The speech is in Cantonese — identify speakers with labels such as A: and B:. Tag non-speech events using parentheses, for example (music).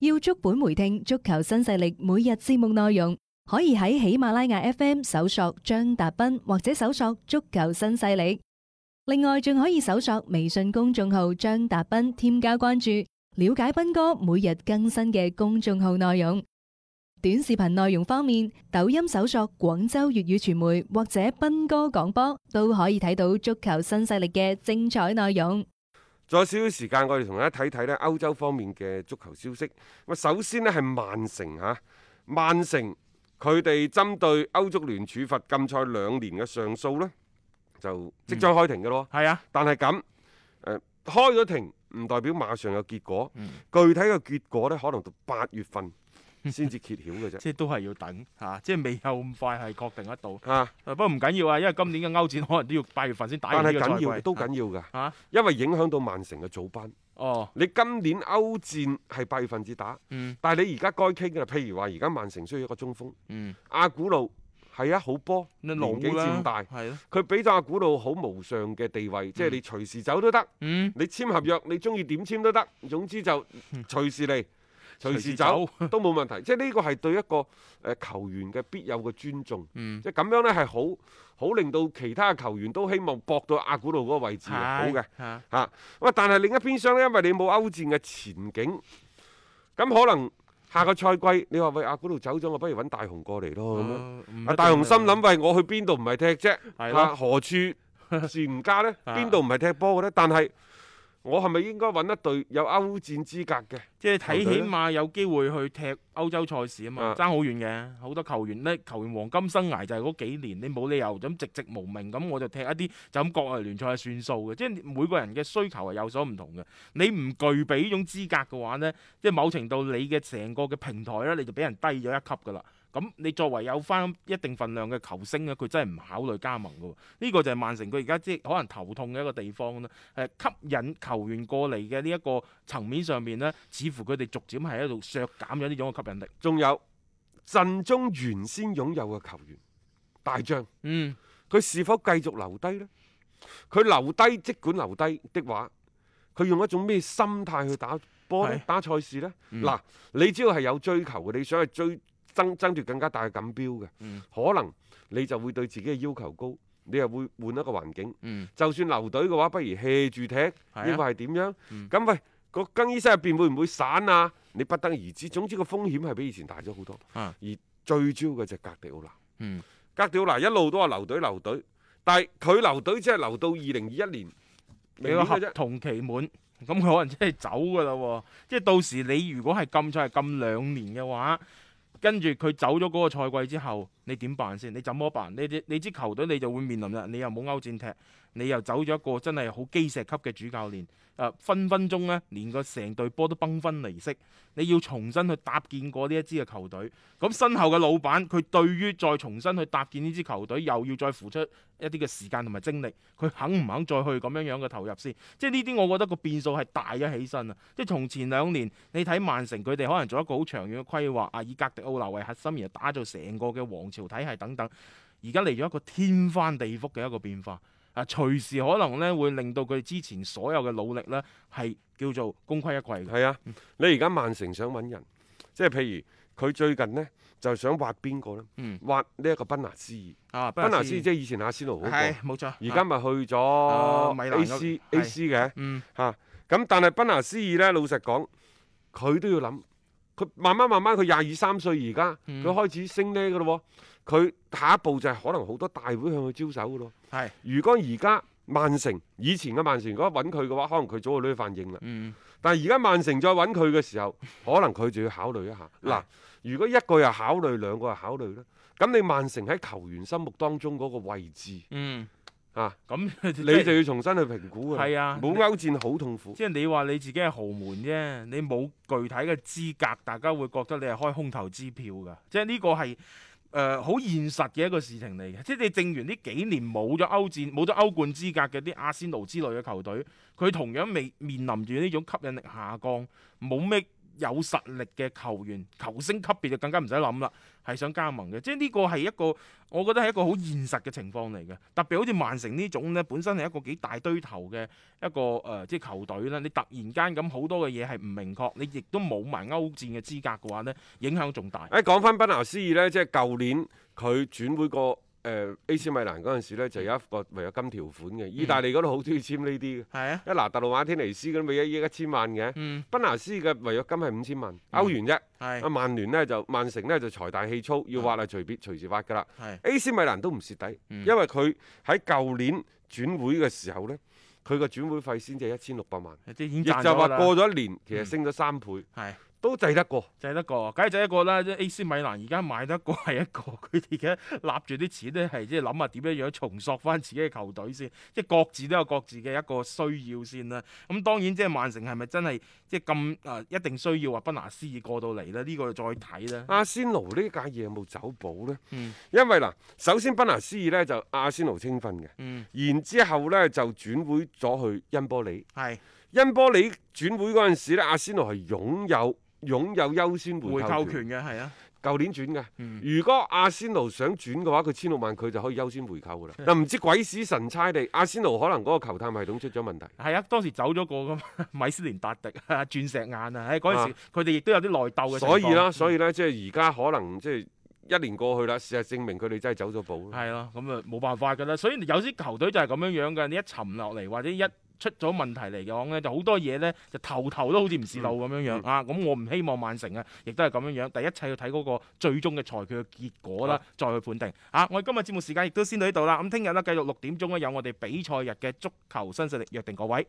A: 要足本回聽足球新勢力每日節目內容，可以喺喜馬拉雅 FM 搜索張達斌或者搜索足球新勢力。另外，仲可以搜索微信公眾號張達斌，添加關注，了解斌哥每日更新嘅公眾號內容。短視頻內容方面，抖音搜索廣州粵語傳媒或者斌哥廣播，都可以睇到足球新勢力嘅精彩內容。
B: 仲有少少時間，我哋同大家睇睇咧歐洲方面嘅足球消息。咁啊首先呢係曼城嚇，曼城佢哋針對歐足聯處罰禁賽兩年嘅上訴呢，就即將開庭嘅咯。
C: 係啊，
B: 但係咁誒開咗庭唔代表馬上有結果，
C: 嗯
B: 具體嘅結果呢，可能到八月
C: (laughs)
B: 份先至揭曉嘅啫。
C: 即係都係要等嚇、啊即係未有咁快係確定得到。
B: 嚇、
C: 啊不過唔緊要啊，因為今年嘅歐戰可能都要八月份先打
B: 但
C: 完
B: 係
C: 呢個賽
B: 緊
C: 季。
B: 要都緊要㗎，
C: 嚇、啊
B: 因為影響到曼城嘅早班。
C: 哦，
B: 你今年歐戰係八月份至打，
C: 嗯
B: 但係你而家該傾嘅啦，譬如話而家曼城需要一個中鋒。
C: 嗯，
B: 阿古路係啊，好波，
C: 你
B: 年
C: 老
B: 紀
C: 啦
B: 漸，大，
C: 係咯，
B: 佢俾咗阿古路好無上嘅地位，即係你隨時走都得，
C: 嗯，
B: 你簽合約你中意點簽都得，總之就隨時 (laughs) 嚟，隨時走 (laughs) 都冇問題。即係呢個係對一個誒球員嘅必有嘅尊重，
C: 嗯，
B: 即係咁樣呢係好好令到其他嘅球員都希望搏到阿古路嗰個位置嘅，好嘅。
C: 係啊
B: 嚇。咁啊但係另一邊廂呢，因為你冇歐戰嘅前景，咁可能下個賽季你話喂阿古路走咗，我不如揾大雄過嚟咯咁樣。
C: 哦唔一
B: 啊！大雄
C: 定
B: 心
C: 啦
B: 諗：喂，我去邊度唔係踢啫？
C: 係
B: 啊，
C: 咯
B: 何處是吾家呢？
C: 啊
B: 邊度唔係踢波嘅呢？但係我係咪應該揾一隊有歐戰資格嘅？
C: 即係
B: 球隊
C: 睇起
B: 呢
C: 碼有機會去踢歐洲賽事啊
B: 啊
C: 嘛，爭好遠嘅，好多球員呢，球員黃金生涯就係嗰幾年，你冇理由咁籍籍無名咁，我就踢一啲就咁國內聯賽係算數嘅，即係每個人嘅需求係有所唔同嘅。你唔具備呢種資格嘅話呢，即係某程度你嘅成個嘅平台呢，你就俾人低咗一級噶啦。咁你作為有翻一定份量嘅球星咧，啊佢真係唔考慮加盟嘅喎。呢、個就係曼城佢而家即係可能頭痛嘅一個地方啦。誒、吸引球員過嚟嘅呢一個層面上面呢，似乎佢哋逐漸係喺度削減咗呢種嘅吸引力。
B: 仲有陣中原先擁有嘅球員大將，
C: 嗯，
B: 佢是否繼續留低呢？佢留低，即管留低的話，佢用一種咩心態去打波呢
C: 係？
B: 打賽事呢？
C: 嗯
B: 嗱、你只要係有追求嘅，你想去追爭爭奪更加大嘅錦標嘅，
C: 嗯
B: 可能你就會對自己嘅要求高，你又會換一個環境。
C: 嗯，
B: 就算留隊嘅話，不如 hea 住踢，
C: 啊
B: 呢個係點樣？咁、
C: 嗯
B: 喂，個更衣室入邊會唔會散啊？你不得而知。總之個風險係比以前大咗好多。
C: 啊
B: 而最主要嘅就係格迪奧拿，
C: 嗯
B: 格迪奧拿一路都話留隊留隊，但係佢留隊只係留到二零二一年
C: 你
B: 明
C: 個
B: 年
C: 合
B: 嘅啫。
C: 同期滿，咁佢可能真係走㗎啦喎。即係到時你如果係禁賽係禁兩年嘅話，跟住佢走咗嗰個賽季之後，你點辦先？你怎麼辦？你你你支球隊你就會面臨啦，你又冇歐戰踢，你又走咗一個真係好基石級嘅主教練，誒、分分鐘呢，連個成隊波都崩分離析。你要重新去搭建過呢一支嘅球隊，咁身後嘅老闆佢對於再重新去搭建呢支球隊，又要再付出一啲嘅時間同埋精力，佢肯唔肯再去咁樣樣嘅投入先？即係呢啲，我覺得個變數係大咗起身啊！即係從前兩年，你睇曼城佢哋可能做一個好長遠嘅規劃，啊以格迪奧拿為核心，然後打造成個嘅王朝體系等等。而家嚟咗一個天翻地覆嘅一個變化，啊隨時可能咧會令到佢之前所有嘅努力咧係叫做功虧一簣嘅。
B: 係啊，你而家曼城想揾人，即係譬如佢最近呢，就想挖邊個呢？
C: 嗯
B: 挖呢一個賓拿斯爾，
C: 啊，
B: 賓拿斯爾即係以前阿仙奴嗰個
C: 係。冇錯，
B: 而家
C: 啊
B: 咪去咗
C: 啊米蘭
B: A
C: 嗰
B: C
C: 係
B: A C 嘅
C: 嗯
B: 嚇，咁、但係賓拿斯爾呢，老實講，佢都要諗，佢慢慢慢慢佢廿二三歲而家，佢、
C: 嗯
B: 開始升呢嘅咯喎，佢下一步就係可能好多大會向佢招手嘅咯。
C: 係
B: 如果而家曼城以前嘅曼城如果揾佢嘅話，可能佢早就攞反應啦。
C: 嗯
B: 但係而家曼城再揾佢嘅時候，可能佢就要考慮一下。嗱
C: 係，
B: 如果一個又考慮，兩個又考慮咧，咁你曼城喺球員心目當中嗰個位置
C: 嗯
B: 啊？
C: 咁
B: (laughs) 你就要重新去評估㗎啦
C: 係啊
B: 冇歐戰好痛苦。
C: 即係你話你自己係豪門啫，你冇具體嘅資格，大家會覺得你係開空頭支票㗎。即係呢個係誒好現實嘅一個事情嚟嘅。即係你正如呢幾年冇咗歐戰、冇咗歐冠資格嘅啲阿仙奴之類嘅球隊，佢同樣未面臨住呢種吸引力下降，冇咩有實力嘅球員，球星級別就更加唔使諗啦，係想加盟嘅。即係呢個係一個，我覺得係一個好現實嘅情況嚟嘅。特別好似曼城呢種呢，本身係一個幾大堆頭嘅一個誒、呃即係球隊啦。你突然間咁好多嘅嘢係唔明確，你亦都冇埋歐戰嘅資格嘅話呢，影響仲大。
B: 誒講翻賓拿斯爾呢，即係舊年佢轉會過誒、呃 AC 米蘭嗰陣時咧，就有一個違約金條款嘅。意大利嗰度好中意簽呢啲嘅，
C: 係啊，
B: 一拿特魯馬天尼斯咁咪一億一千萬嘅。
C: 嗯，
B: 賓拿斯爾嘅違約金係五千萬歐元啫，啊
C: 係
B: 曼聯呢，就曼城呢，就財大氣粗，要挖啊隨便隨時挖㗎啦。
C: 係，
B: AC 米蘭都唔蝕底，
C: 嗯
B: 因為佢喺舊年轉會嘅時候呢，佢個轉會費先至一千六百萬，
C: 即係已經
B: 亦
C: 賺
B: 就
C: 咗
B: 話
C: 啦。
B: 過咗一年，其實
C: 嗯
B: 升咗三倍，
C: 係。
B: 都制得過。
C: 就係得個，梗係就係一個啦。即係 AC 米蘭而家買得一個係一個， (laughs) 佢哋而家立住啲錢咧，係即係諗下點樣樣重塑翻自己嘅球隊先，即係各自都有各自嘅一個需要先啦。咁當然即係曼城係咪真係即係咁誒一定需要話賓拿斯爾過到嚟咧？呢、個就再睇啦。
B: 阿仙奴呢屆嘢有冇走寶呢？
C: 嗯
B: 因為嗱，首先賓拿斯爾呢就阿仙奴青訓嘅，
C: 嗯，
B: 然之後呢就轉會咗去恩波里。
C: 係
B: 恩波里轉會嗰陣時咧，阿仙奴係擁有擁有優先回
C: 回
B: 購
C: 購
B: 權，
C: 權嘅係啊。
B: 舊年轉嘅。
C: 嗯
B: 如果阿仙奴想轉嘅話，佢千六萬佢就可以優先回購㗎啦。嗱，唔知鬼使神差地，阿仙奴可能嗰個球探系統出咗問題。
C: 係啊，當時走咗個咁 (laughs) 米斯連達迪啊、鑽石眼啊，喺嗰陣時佢哋亦都有啲內鬥嘅情況。
B: 所以啦，所以咧，即係而家可能即係一年過去啦，事實證明佢哋真係走咗步咯。
C: 係咯，咁啊冇辦法㗎啦。所以有啲球隊就係咁樣樣嘅，你一沉落嚟或者一出咗問題嚟講咧，就好多嘢咧就頭頭都好似唔是路咁樣樣、
B: 嗯
C: 啊。咁我唔希望曼城啊，亦都係咁樣樣。但一切要睇嗰個最終嘅裁決嘅結果啦，
B: 啊
C: 再去判定啊。我哋今日節目時間亦都先到呢度啦。咁聽日咧繼續六點鐘咧有我哋比賽日嘅足球新勢力約定各位。